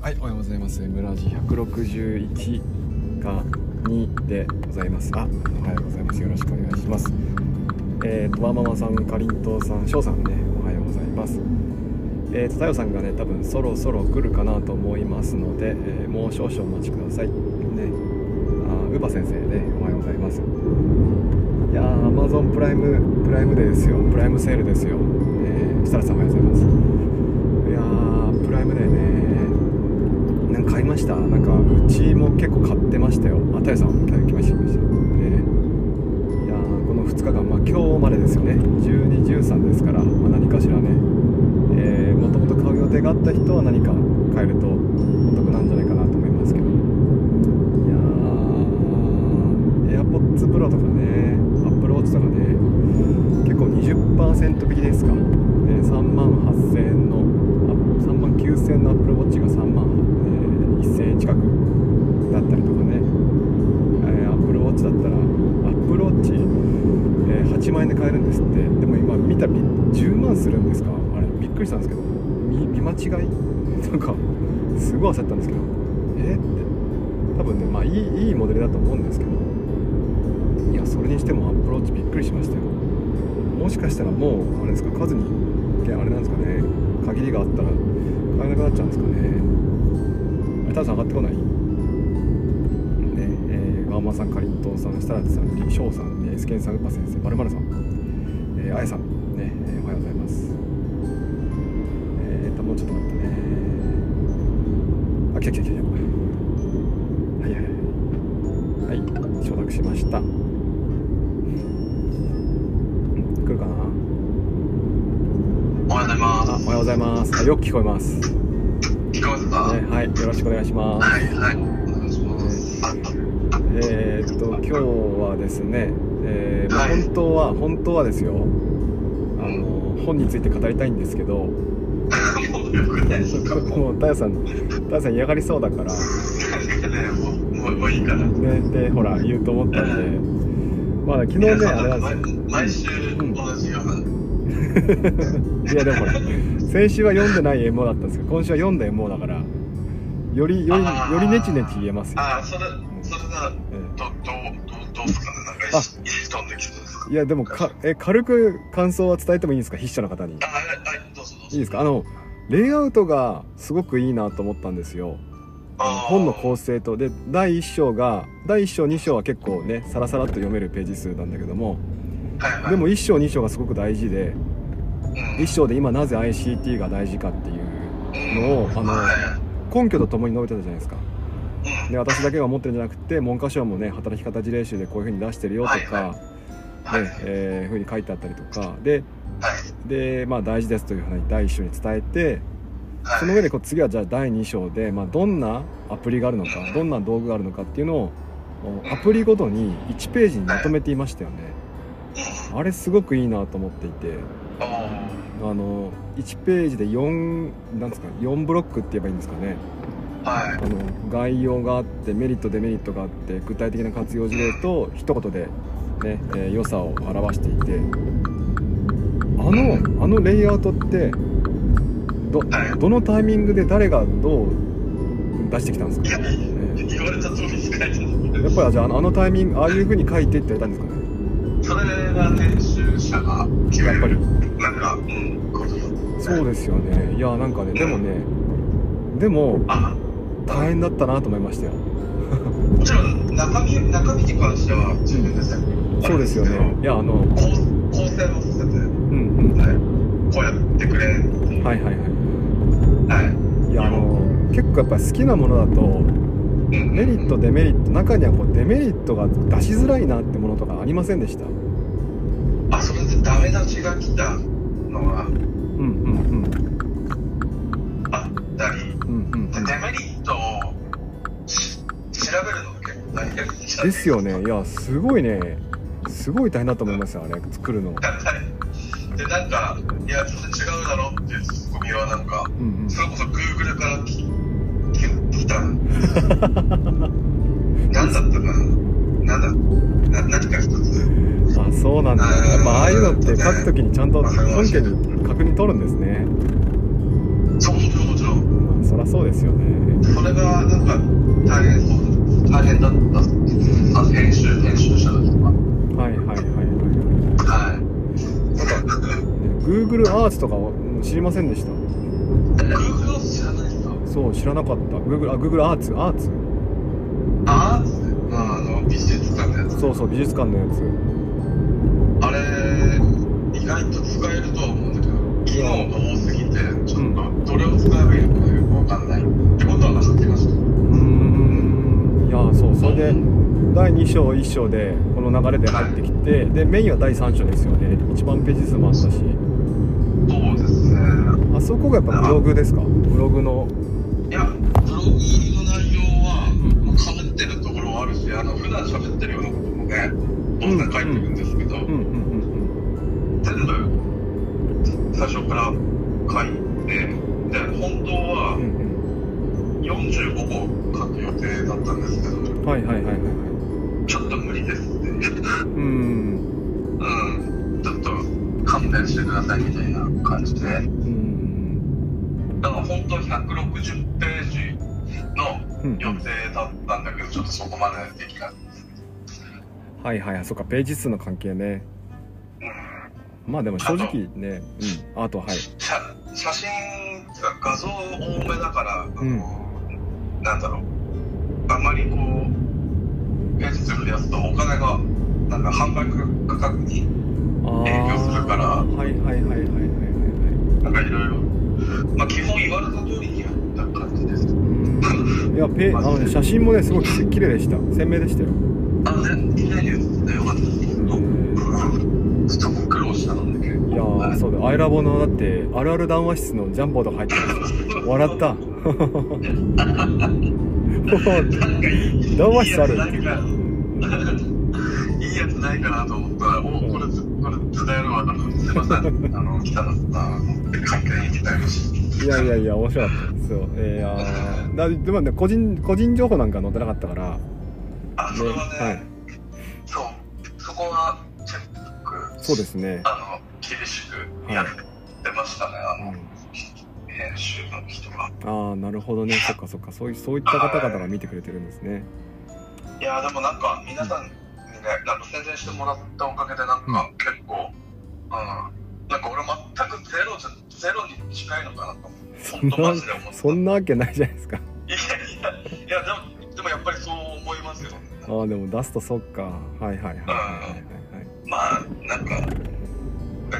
はい、おはようございます。村地百六十一か二でございます。あ、おはようございます。よろしくお願いします。えーと、ワーママさん、かりんとうさん、しょうさんね、おはようございます。えーと、太陽さんがね、多分そろそろ来るかなと思いますので、えーもう少々お待ちください。ね、あー、ウバ先生ね、おはようございます。いやー、アマゾンプライム、プライムデーですよ。プライムセールですよ。えー、設楽さんおはようございます。いやー、プライムデーね。なんか買いましたなんかうちも結構買ってましたよあたやさん来ました来ました、ねいやーこの2日間まあ今日までですよね1213ですから、まあ、何かしらねもともと買う予定があった人は何か買えるとお得なんじゃないかなと思いますけどいやー AirPods Pro とかね Apple Watch とかね結構20%引きですか、え3万8000円の3万9000円の Apple Watch が3万、えー1000円近くだったりとかね、えー、Apple Watch だったら Apple Watch、えー8万円で買えるんですってでも今見たらび10万するんですかあれびっくりしたんですけど見見間違い なんかすごい焦ったんですけどえーって多分ねまあいいいいモデルだと思うんですけどいやそれにしても Apple Watch びっくりしましたよもしかしたらもうあれですか数にあれなんですかね限りがあったら買えなくなっちゃうんですかねあれタさん上がってこないねえー、ワンマンさんかりんとうさん設楽さんりしょうさん、えー、スケンさんウパ先生まるまるさん、えー、あやさんね、えーおはようございますえー、ともうちょっと待ってねあ来た来た来た来たはいはいはいはい承諾しました来るかなおはようございまあおはようございますあよく聞こえます、ね、す。聞こえてた。はいはいよろしくお願いしますはい。お願いします。えー、っと今日はですね、えーまあはい本当は本当はですよあの本について語りたいんですけどもうよくないですか。ももう太陽さん太陽さん嫌がりそうだからうねもうもうもういいから。ねでほら言うと思ったんでまあ昨日ね皆さんあれな毎んで毎週同じような。すよいやでもほら先週は読んでない MO だったんですけど今週は読んだ MO だからよりよりあーよりネチネチ言えますよ、ああそれそれだええどどうどうどうですかねなんか入れ飛んできそうですか。いやでもかえ軽く感想は伝えてもいいんですか筆者の方にあはいはいどうぞどうぞ。いいですかあのレイアウトがすごくいいなと思ったんですよあー本の構成とで第1章が第1章2章は結構ねサラサラっと読めるページ数なんだけどもはいはい。でも1章2章がすごく大事でうん1章で今なぜ ICT が大事かっていうのをあのはい根拠とともに述べてたじゃないですかうんで私だけが思ってるんじゃなくて文科省もね働き方事例集でこういうふうに出してるよとはいかはいねえーふうに書いてあったりとかではいで、まあ、大事ですというふうに第1章に伝えてはいその上でこう次はじゃあ第2章で、まあ、どんなアプリがあるのかどんな道具があるのかっていうのをおアプリごとに1ページにまとめていましたよねあれすごくいいなと思っていてうんああの1ページで4なんですか4ブロックって言えばいいんですかねーはいあの概要があってメリットデメリットがあって具体的な活用事例と一言で、ねえー良さを表していてあのあのレイアウトってどはどのタイミングで誰がどう出してきたんですいか、やね言われた通りですね。やっぱりじゃああのあのタイミングああいう風に書いてって言われたんですかねそれが編集者が決めやっぱりるなんか、うん、ことだそうですよねいやなんかねでもねでもあ大変だったなと思いましたよもちろん中身中身に関しては自分で全部そうですよねいやあの構構成をさせて、うんうんはい、こうやってくれっていうはいはいははい、いいやあの結構やっぱり好きなものだとうんメリットデメリット中にはこうデメリットが出しづらいなってものとかありませんでしたうんあそれでダメ出しが来たのはうんあったりうんうんうんでデメリットをし調べるのが結構大変じゃないですかですよ ねいやすごいねすごい大変だと思いますよあれ作るのはいでなんかいやそれ違うだろっていうツッコミはなんかうんそれこそ Google からきき来たんです何だったかな何だな何か一つうんあそうなんだやっぱああいうのって書くときにちゃんと本家に確認取るんですねそうそう、もちろんもちろん。まあそらそうですよねこれがなんか大変そう、大変だったっすあの編集、編集者だとか。はいはいはいはいはいはい。なんか、 Google アーツとかは知りませんでした Google の知らないですかそう知らなかった Google あ Google アーツアーツあーっつって、まあ、あの、美術館のやつ。そうそう美術館のやつあれ、意外と使えるとは思うんだけど、機能が多すぎて、ちょっとどれを使えばいいのかよくわかんないってことは知ってました。うーんいやそうそれで第2章1章でこの流れで入ってきてでメインは第3章ですよね一番ページ数もあったしそうですね。あそこがやっぱブログですかブログのいや、ブログの内容は、もうかぶってるところはあるし、あの、普段喋ってるようなこともね、どんどん書いてるんですけど、うんうんうん全部、最初から書いて、で、本当うはんうん45個書く予定だったんですけど、うんはいはいはいはいはいちょっと無理ですって。うんうん、ちょっと勘弁してくださいみたいな感じで、だうんから本当は160ページのうん予定だったんだけど、ちょっとそこまでできなくて、はいはいはいそっかページ数の関係ねうんまあでも正直ねうんあとはい写写真が画像多めだから、あのうんなんだろう、あまりこう、ページ数増やすとお金が、なんか販売価格にあ影響するからあはいはいはいはいはいはいはいなんかいろいろ、まあ基本言われた通りにやった感じです。うんいやペあのね写真もねすごいき綺麗でした鮮明でしたよあ、全然いないですね。よかったです。ちょっと苦労したので、いやーそうだアイラボのだってあるある談話室のジャンボード入ってました笑った なんかいい、談話室あるいいやつないから、いいやつないかなと思ったら、おこれ、これ、伝えるわ、すいません、あの、北野さん、海外行きたいし、 いやいやいや面白かったですよえーいやーだでもね個人個人情報なんか載ってなかったからあ、それはね、はいそう、そこはチェック、そうですね、あの、厳しくやってましたね、あの、編集の人が。うん、ああなるほどねそっかそっかそういそういった方々が見てくれてるんですねいやーでもなんか皆さんにねなんか宣伝してもらったおかげでなんか結構、うん、なんか俺全くゼロじゃゼロに近いのかなと思うそん本当マなジで思ったそんなわけないじゃないですかいやいやいやでもでもやっぱりそう思いますよああでも出すとそっかはいはいはいはいはいはいまあなんか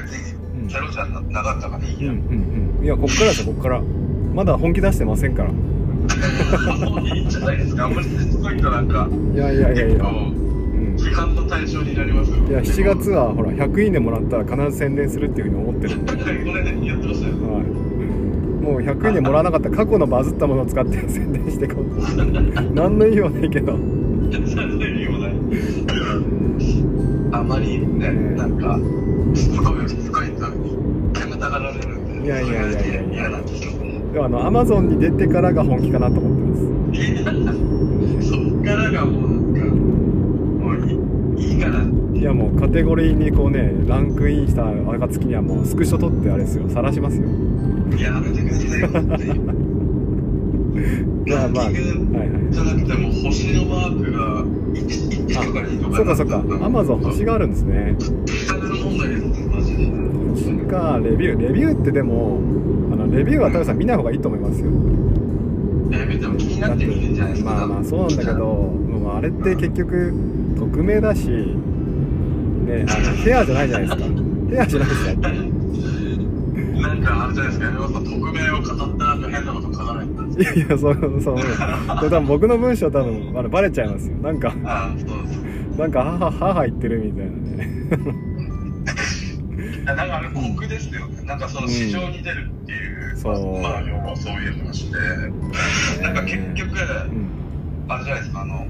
別にうんゼロじゃななかったからいいうんうや、 んうんいやこっからですよこっからまだ本気出してませんからいもういいんじゃないですかあんまりしつこいとなんかやいやいやい結構や、うん、批判の対象になりますよいや7月ははほら100いいねもらったら必ず宣伝するっていうふうに思ってるんで、これねやってましたよ はい、もう100いいねもらわなかったら過去のバズったものを使って宣伝してこう何の意味もないけど全然理由もないあまりねなんかしつこいしつこいと煙たがられるんでいやいやいやいやそれが嫌なんですよでもあのアマゾンに出てからが本気かなと思ってまそっからがもうなんかもういいいいかなすいやもうカテゴリーにこうねランクインした暁にはもうスクショ撮ってあれですよ晒しますよやめてくださいよっていうまあまあランキングはいはいじゃなくてもう星のマークが 1, とか2とかそっかそっかアマゾン星ががあるんですねの問題ですマジで星かレビューレビューってでもあのレビューは多分さん見ない方がいいと思いますよえでも気になって見るんじゃないですかまあまあそうなんだけど、まあ、あれって結局匿名だしねあの フェアじゃないじゃないですかフェアじゃないですかなんかあれじゃないですか、山本さん、匿名を語ったなんか変なこと書かないんだ。いやいやそうそうで多分僕の文章多分あれバレちゃいますよなんかああ、そうです。なんか母母言ってるみたいなねあなんかあれ、酷ですよね。なんかその市場に出るっていう、そうまあ、要はそういう話で、なんか結局、うんあれじゃないですか、あの、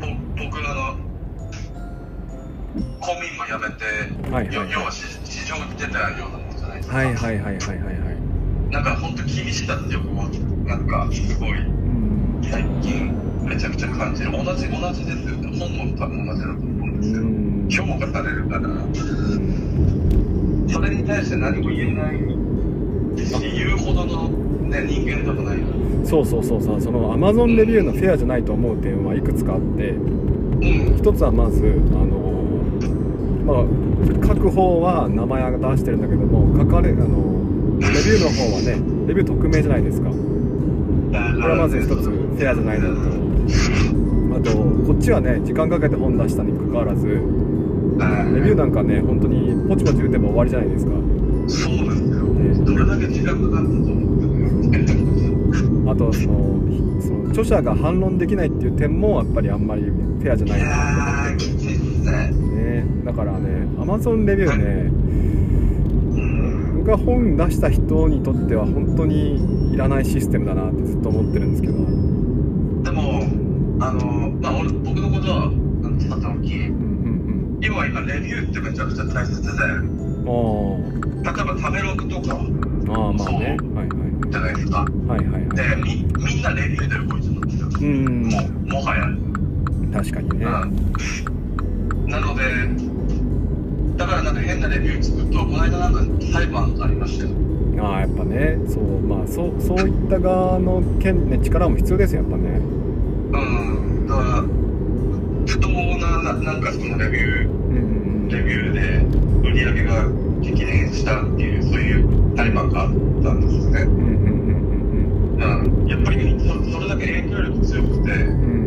ぼ僕あの、公務員も辞めて、はいはいよ要は市市場に出たようなもんじゃないですか。はいはいはいはいはいはいなんか本当厳しさってよくわかんないなんかすごいうん最近めちゃくちゃ感じる。同じ、同じですよね。本も多分同じだと思うんですけど。うん評価されるから、それに対して何も言えない別に言うほどの、ね、人間でもないのにそうそうそうさそのアマゾンレビューのフェアじゃないと思う点はいくつかあってうん一つはまずあのまあ書く方は名前が出してるんだけども書かれあのレビューの方はねレビュー匿名じゃないですかこれはまず一つフェアじゃないなとあとこっちはね時間かけて本出したにもかかわらずレうんビューなんかね本当にポチポチ打てば終わりじゃないですかそうなんですよどれだけ時間かかったと思ってるのあとそのその著者が反論できないっていう点もやっぱりあんまりフェアじゃないいなやーきついっすねねだからね Amazon レビューねうん僕は本出した人にとっては本当にいらないシステムだなってずっと思ってるんですけど、うんでもあのまあ俺僕のことはなんて言った時うん要は今レビューってめちゃくちゃ大切でうん、あ例えば食べログとかーあーまあねはいはじゃないですかいはいはいではいみみんなレビューで動いてるんですようんもうもはや確かにねうんなので、だからなんか変なレビュー作ると、この間なんか裁判がありましたよ。ああやっぱねそうまあそうそういった側の権ね力も必要ですよやっぱねうん、だから、不当なななんかそのレビュうんうんー、レビューで売り上げが激減したっていう、そういう裁判があったんですよね。うんうんうんうん、やっぱりそそれだけ影響力強くて、うんうん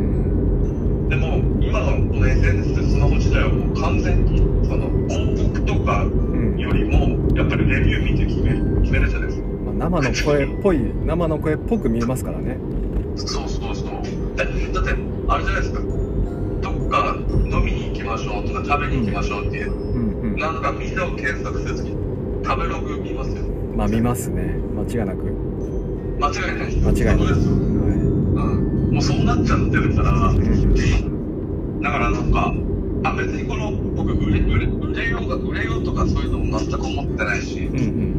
でも今のこの SNS、スマホ自体はもう完全にその広告とかうんうんよりも、やっぱりレビュー見て決める決めるじゃないですか。まあ生の声っぽい生の声っぽく見えますからねそうそうそう。えだって、あれじゃないですか。どっか飲みに行きましょうとか食べに行きましょうっていう、うんうんなんかみんなを検索せずに食べログ見ますよ。まあ見ますね間違いなく間違いないです。間違いないそうですよ。はうん。もうそうなっちゃってるから、いうんだからなんか、あ、別にこの、僕売れ、売れ、売れようが、売れようとかそういうのも全く思ってないし、うんうん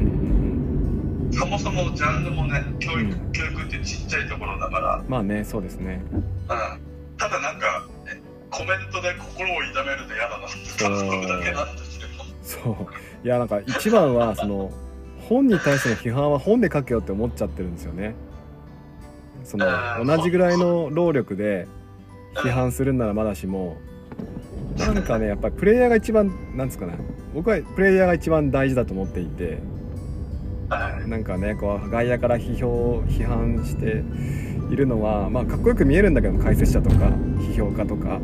そもそもジャンルもね、教育う、教育ってちっちゃいところだから、まあねそうですねうんただなんかえコメントで心を痛めるの嫌だなってそう感じだけなんですけどそういやなんか一番 はその本に対しての批判は本で書けよって思っちゃってるんですよねその同じぐらいの労力で批判するんならまだしもなんかねやっぱりプレイヤーが一番なんつうかな僕はプレイヤーが一番大事だと思っていてはいなんかねこう外野から批評批判しているのは、まあ、かっこよく見えるんだけど解説者とか批評家とか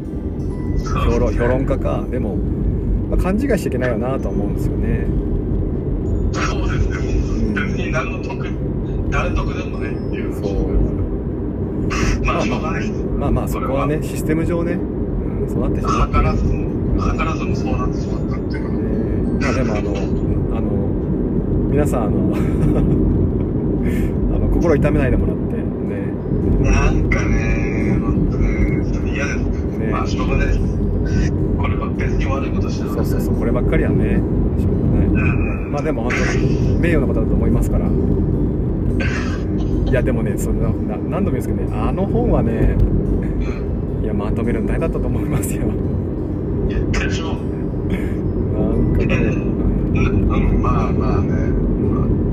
評論評論家かでも、まあ、勘違いしちゃいけないよなとは思うんですよね。そうですねん別に何の得誰得でもないっていうそうまあしょうがないですまあまあそこはねシステム上ね、うん、そうなってしまっ図たねらずも図らずもそうなってしまったっていうのまあでもあのあの皆さんあの あの心痛めないでもらってねなんかね本当ねそれ嫌ですねねまあしょうがないですこれは別に悪いことしてそなうそういそうこればっかりはねしょうがない。うんまあでも本当に名誉な方だと思いますから。いやでもね、そんなな何度も言うんですけどね、あの本はね、うんいやまとめるの大変だったと思いますよ。なんでしょかね、うんうんうんまあまあね、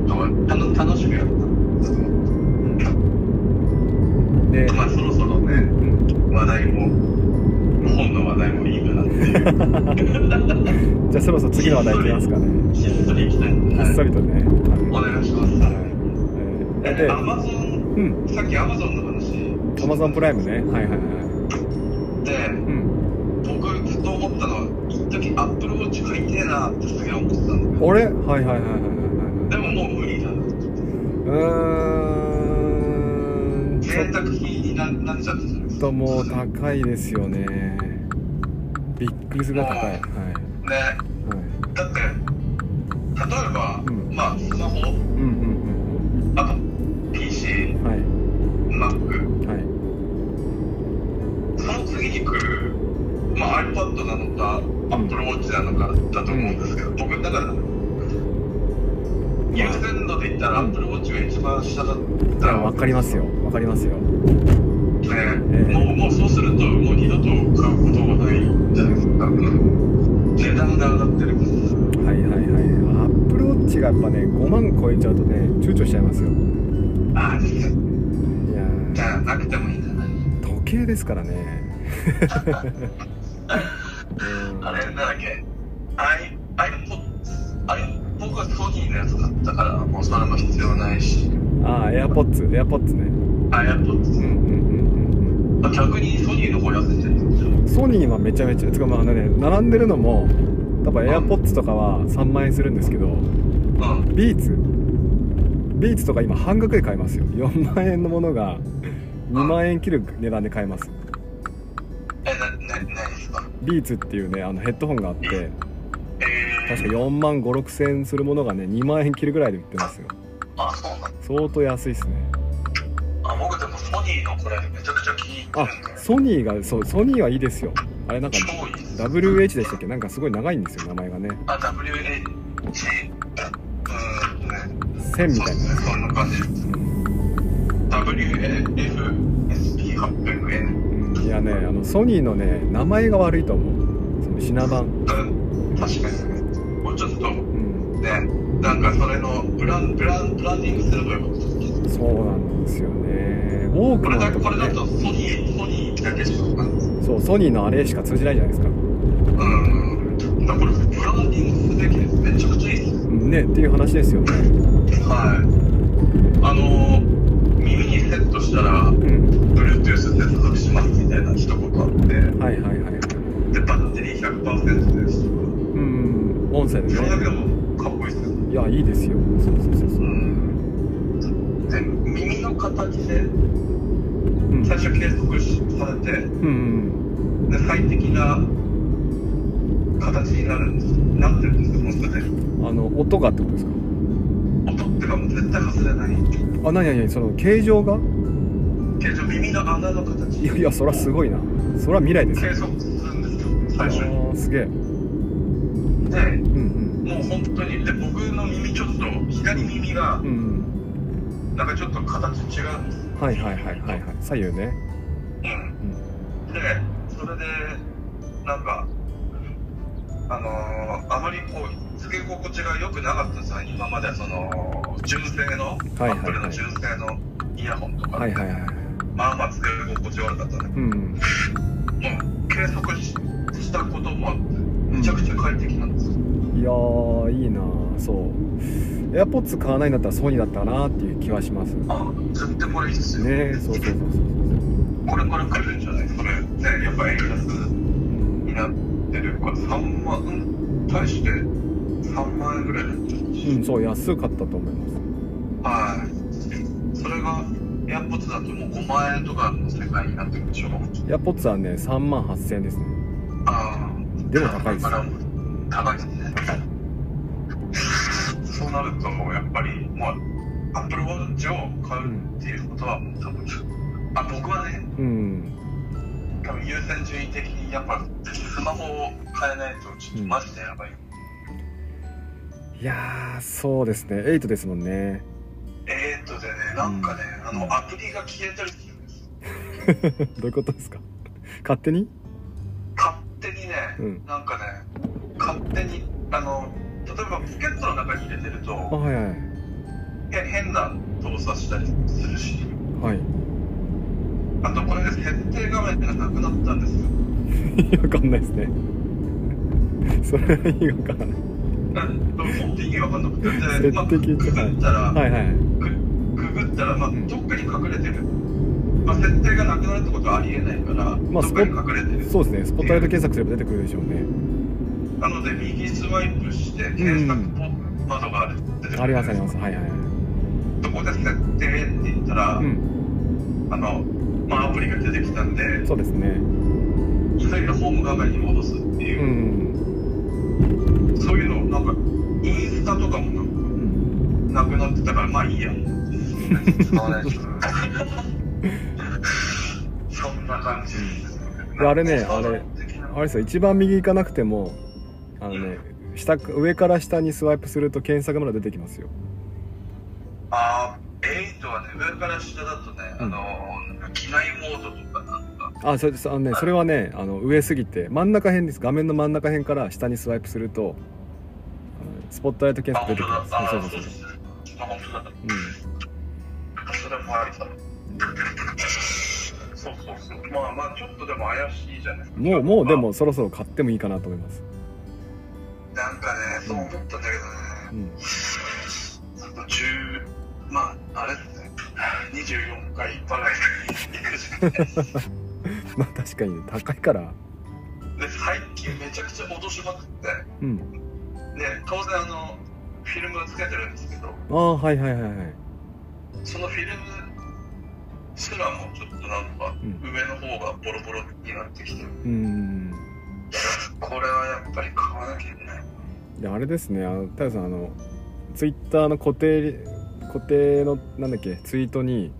まあ、たの楽しみだったんですけどで、まあそろそろねうん話題も本の話題もいいかなっていうじゃあそろそろ次の話題いきますかね。しっとりいきたいひっそりとね。おは願いしますいはいええで、アマゾンうん、さっきアマゾンの話アマゾンプライムでね、はいはいはい。うん、僕ずっと思ったのは一時アップルウォッチ買いてえなってすげえ思ってたんだあれはいはいはいはいはいはい。けどでももう無理だなうーん、ちょ贅っ沢品にななっちゃったじゃないですかともう高いですよね。びっくりするぐらい高い。はい。ねはいだって例えば、うんまあスマホうんうんあと PCMac うん。はい。はい。その次に来る、まあ、iPad なのか AppleWatch なのかだと思うんですけど、僕だから優先度で言ったら AppleWatch が一番下だったらわかりますよ。わかりますよ。ね、ええもうもうそうするともう二度と買うことがないじゃないですか、うん値段が上がってるはいはいはい。アップルウォッ値がやっぱね5万超えちゃうとね躊躇しちゃいますよいああですよやじーゃあなくてもいいんじゃない時計ですからねうんあれなんだっけ i iPod i 僕はソニーのやつだったからもうそれも必要ないしああ、エアポッツ、エアポッツね。うん iPod うんうん逆にソニーの方安いんじゃないですかうん。ソニーはめちゃめちゃ、つかまああのね、並んでるのも、多分エアポッツとかは3万円するんですけど、うんビーツ、ビーツとか今半額で買えますよ。4万円のものが2万円切る値段で買えます。えなな何ですかビーツっていうね、あのヘッドホンがあって、え確か4万5、6千円するものがね、2万円切るぐらいで売ってますよ。ー、あそうなん相当安いっすね。あ僕でもソニーのこれめちゃくちゃ気に入あってるんで、ソニーが、そう、ソニーはいいですよ。あれなんか、超いいです WH でしたっけなんかすごい長いんですよ、名前がね。あ WH うんね線みそうたでいな。すねそんな感じです WAFSP800N うんいやねあのソニーのね名前が悪いと思うその品番、うん確かにねもうちょっとねうん、なんかそれのブランブランブランディングすればよかったそうなんですよねウォーこクれマだンとこかれだねとソニーソニーだけしかわかんないそうソニーのあれしか通じないじゃないですかうんだからこれブランディングすべきですめちゃくちゃいいですうんねっていう話ですよねはいあのー耳にセットしたらうん Bluetooth で接続しますみたいな一言あってはいはいはいはいでバッテリー100%ですうん音声でそれだけねでもかっこいいですよいやいいですよそうそうそうそうう、んで耳の形でうん、最初計測されてうんで最適な形になるんですなってるんですよもうすでにうんあの音がってことですか音っていうかもう絶対外れあないなになになにその形状が形状耳の穴の形いやいやそりゃすごいなそりゃ未来ですよ計測するんですよあ最初にーすげえでうんもう本当にで僕の耳ちょっと左耳がうんうんなんかちょっと形違うんですうんはいはいはいはいはい左右ねうんでそれでなんかあのーあまりこうつけ心地が良くなかったんですよ今までその純正のはいアッはプいルはのい純正のイヤホンとか、はいはいはいはいまあまあつけ心地悪かったねうんもう計測ししたこともめちゃくちゃ快適なんですよ、いやーいいなあそう AirPods 買わないんだったらソニーだったかなっていう気はしますねあ絶対これいいっすよそうそうそうそうこれから来るんじゃないこれねやっぱ円安になってるから3万うん対して3万円ぐらいだったそううんそう安かったと思いますはいそれがエアポッツだともう5万円とかの世界になってくるでしょ AirPods はね3万8000円ですねああでも高いですよ高いですねそうなるとやっぱりもうアップルウォッチを買うっていうことはもう多分あ僕はねうん多分優先順位的にやっぱスマホを変えないとちょっとマジでやばい、いやーそうですね8ですもんね えーっとでねなんかね、あのアプリが消えたりするんですよどういうことですか 勝手に勝手にね、うんなんかね勝手にあの例えばポケットの中に入れてるあとはいはいへ変な動作したりするしはいあとこれね設定画面がなくなったんですよ意味わかんないですねそれは意味わかんないうんでも本当に意味わかんなくてで、まあ、設く定聞いてないぐったら、はいはいくぐったら、まあ、どっかに隠れてる、まあ、設定がなくなるってことはありえないから、まあどっかに隠れてるそうですねスポットライト検索すれば出てくるでしょうねなので右スワイプして検索ポッ窓がある出てくるありますありますはいはいはいそこで設定って言ったら、うんあの、まあ、アプリが出てきたんで、そうですね急いでホーム画面に戻すってういう、んそういうの、なんか、インスタとかもうなんなくなってたから、まあいいや。使わないでしょ そんな感じですねであれねあれあれですよ一番右行かなくてもあのね下上から下にスワイプすると検索まで出てきますよあー、8はね、上から下だとね、うんあの、なんか機内モードとかなんか、あそれそあの、ね、それはねあの上すぎて真ん中辺です画面の真ん中辺から下にスワイプするとあのスポットライトキャあ、スト出本てく当だる。あそうそうそそううでそう。す。あ、本当だ。うそれもありだ。そうそうそう。まあまあ、ちょっとでも怪しいじゃないですか。ん。もう、もうでもそろそろ買ってもいいかなと思います。なんかね、そう思ったんだけどね、うん。ちょっと10、まあ、あれですね、24回払いで、 まあ確かにね高いから。最近めちゃくちゃ落としまくって、うん。で、当然あの、フィルムをつけてるんですけど、ああ、はいはいはいはい。そのフィルムすらもちょっとなんか、うん上の方がボロボロになってきて、うーん。これはやっぱり買わなきゃいけない。で、あれですね、あの、太陽さん、あの、ツイッターの固定、固定の、なんだっけ、ツイートに、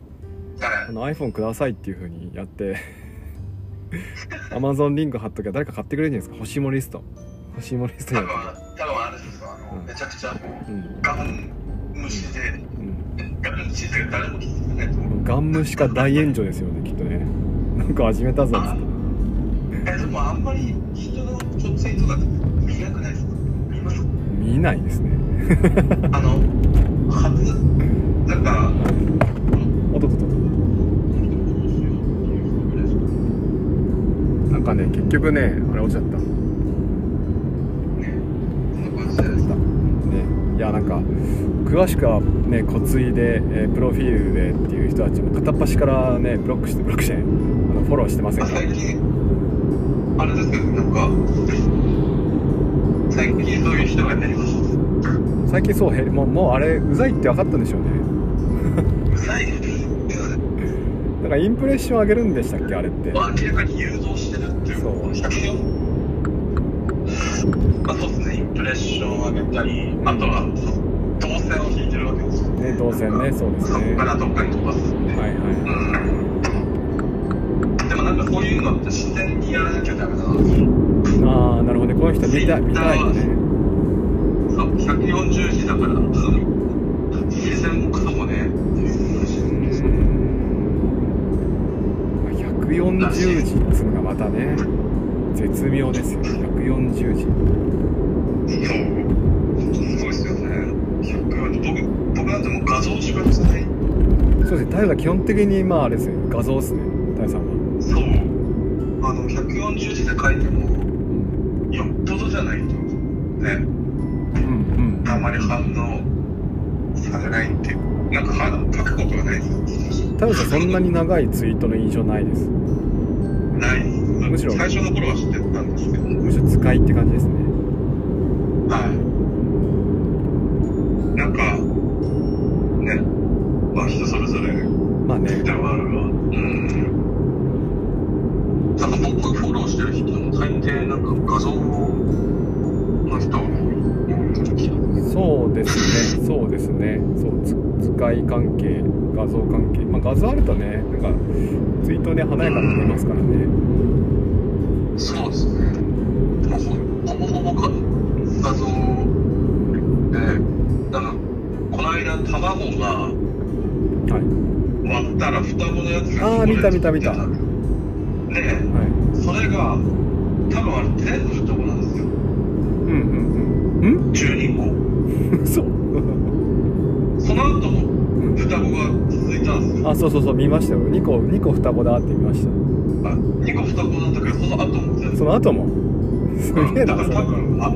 はあいの iPhone くださいっていう風にやって Amazon リンク貼っときゃ誰か買ってくれるんじゃないですか欲しいもリスト欲しいもリスト多やっ分て、多分あれですよ、あの、うんめちゃくちゃもう、うんガン無視で、ガン無視で誰も気づかないと思う。うん、ガン無視か大炎上ですよねきっとねなんか始めたぞっつってえでもあんまり人のちょっとツイートだと見なくないですか見ますか見ないですねあの初なんかおっとっとっとなんかね結局ねあれ落ちちゃったねねこんな感じじゃないですかいやなんか詳しくはね骨髄で、えープロフィールでっていう人たちも片っ端からねブロックしてブロックしてないあのフォローしてませんあか最近あれですけどなんか最近そういう人が減りました最近そうへもうもうあれうざいって分かったんでしょうねうざいですなんかインプレッション上げるんでしたっけあれって明らかに誘導してるっていうそう写真をまあそうですねインプレッションを上げたりあとは動線を引いてるわけですよね動線ねそうですそねこかはらどっかに飛ばすんで、いはでもなんかそういうのって自然にやらなきゃダメだなと思ういああなるほどねこの人見た見たいよねそう140字だから自然もクソもねまあ140字っつうのがまたね絶妙ですよ140字そうすごいですよね140僕僕なんてもう画像しかしてないそうですね太陽さん基本的にまああれですね画像ですね太陽さんはそうあの140字で書いてもよっぽどじゃないとねうんあまり反応されないっていうなんか反応書くことがないです太陽さんそんなに長いツイートの印象ないですないむしろ最初の頃は知ってたんですけどむしろ使いって感じですねはいなんかねまあ人それぞれまあねではあるがうんなんか僕フォローしてる人も大抵なんか画像の人が多いそうですね、そうですね、そうつ使い関係、画像関係、まあ、画像あるとね、なんかツイートね、華やかになりますからね、そうですねでもほぼほぼか画像でなんかこの間卵がはい、割ったら双子のやつがあー見た見た見たねはい、それが多分あれ全部双子なんですようんうんうん、ん12 嘘個その後も双子が続いたんですよあ、そうそうそう、見ましたよ、2個、2個双子だって見ましあ2個双子なんだけどその後も全た、部その後も、すげえだな、からそ多れ分あ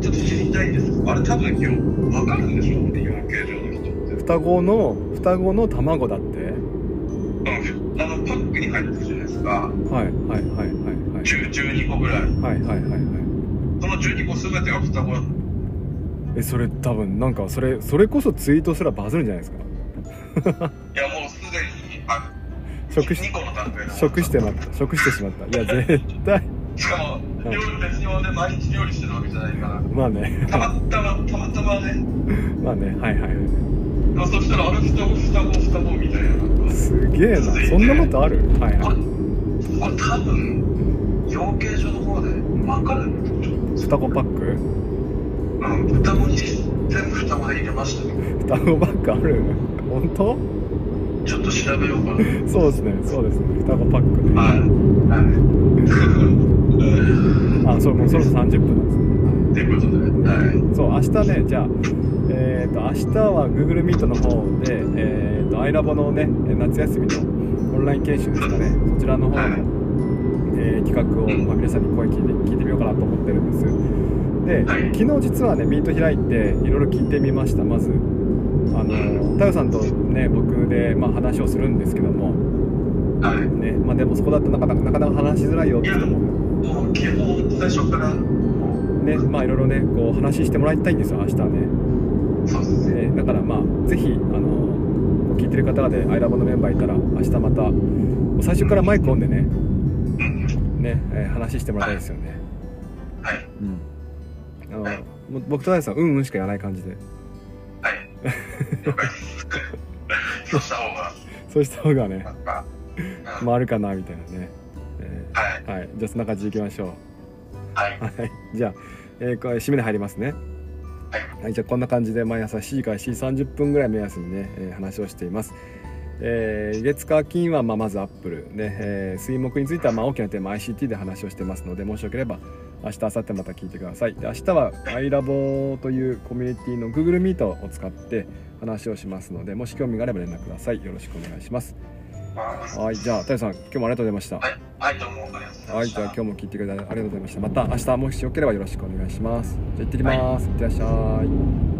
ちょっと知りたいですあれ多分よ分かるんでしょうね養鶏場の人って双子の、双子の卵だって、うんあのパックに入ってるじゃないですかはい、はい、はい、はい、 10 12個ぐらいはい、はい、はい、はい、はい、その12個全てが双子え、それ、多分なんか、それ、それこそツイートすらバズるんじゃないですか、いやもうすでにあ食し2個の段階だ食してまった、食してしまった、いや、絶対。しかも料理別に俺毎日料理してるわけじゃないからまあね、 たまたまたまたまねまあね、はいはいはまあそしたらあれ双子双子双子みたいななんい。かすげえな、続いてそんなことあるはいこはれい。これ多分養鶏場の方で分かるんでしょ双子パックうん双子に全部双子で入れましたけど双子パックある本当ちょっと調べようかなそうですね、そうですね、双子パックね。はいはいあそうもうそろそろ30分なんでっていうことで、はい。すそう明日ねじゃあえっ、と明日は Google Meet の方でえっ、とアイラボのね夏休みのオンライン研修ですかねそちらの方はいの、えー企画を、まあ、皆さんに声聞いて聞いてみようかなと思ってるんですで、はい昨日実はねミート開いていろいろ聞いてみましたまずあの太陽さんとね僕で、まあ、話をするんですけどもはい。ねまあでもそこだとなかなかなかなか話しづらいよって人ももう基本、最初から、ねまあいろいろねこう話してもらいたいんですよ明日はねそうですね。ね、だからまあぜひあの聞いてる方でアイラボのメンバーいたら明日またもう最初からマイクオンでねね、えー話してもらいたいですよねはい。うんあのもう僕と大さんうんうんしか言わない感じではい。了解です。そうした方が、そうした方がねなんか、うんは回るかなみたいなね、えい。ーはいじゃあそんな感じでいきましょはい。うはいじゃあ、えーこれ締めに入りますね、はいじゃあこんな感じで毎朝7時から7時30分ぐらい目安にね、えー話をしていますえー月火金はまあまずアップルね、えー水木についてはまあ大きなテーマ ICT で話をしてますのでもしよければ明日明後日また聞いてくださいで明日は iLabo というコミュニティの Google Meet を使って話をしますのでもし興味があれば連絡くださいよろしくお願いしますはいじゃあ太陽さん今日もありがとうございましたはい。はい、どうもありがとうございました。はい、じゃあ今日も聞いてくださいありがとうございました。また明日もしよければよろしくお願いします。じゃあ行ってきます。いってらっしゃい。